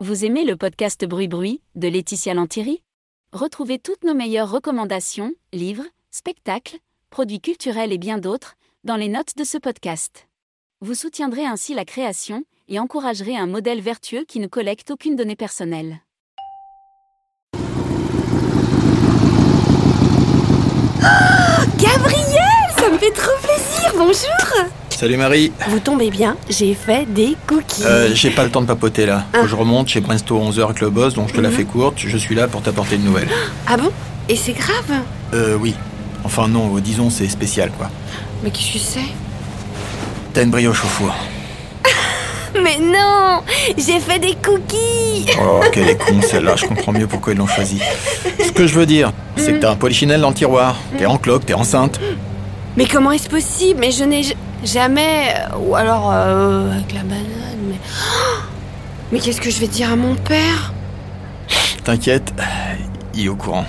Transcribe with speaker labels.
Speaker 1: Vous aimez le podcast Bruit Bruit de Laetitia Lantieri Retrouvez toutes nos meilleures recommandations, livres, spectacles, produits culturels et bien d'autres dans les notes de ce podcast. Vous soutiendrez ainsi la création et encouragerez un modèle vertueux qui ne collecte aucune donnée personnelle.
Speaker 2: Gabriel, ça me fait trop plaisir, bonjour
Speaker 3: Salut Marie,
Speaker 2: Vous tombez bien, j'ai fait des cookies.
Speaker 3: Euh, j'ai pas le temps de papoter là. Faut
Speaker 2: Ah.
Speaker 3: que je remonte chez Presto 11h avec le boss, donc je te la
Speaker 2: Mhm.
Speaker 3: fais courte. Je suis là pour t'apporter une nouvelle.
Speaker 2: Ah bon Et c'est grave
Speaker 3: Euh, oui. Enfin, non, euh, disons c'est spécial quoi.
Speaker 2: Mais qu'est-ce que c'est
Speaker 3: T'as une brioche au four.
Speaker 2: Mais non J'ai fait des cookies
Speaker 3: Oh, quelle est con celle-là, je comprends mieux pourquoi ils l'ont choisie. Ce que je veux dire, c'est que t'as un polichinelle dans le tiroir. T'es en cloque, t'es enceinte.
Speaker 2: Mais comment est-ce possible Mais je n'ai j- jamais... Ou alors, euh, avec la banane, mais... Oh Mais qu'est-ce que je vais dire à mon père
Speaker 3: T'inquiète, il est au courant.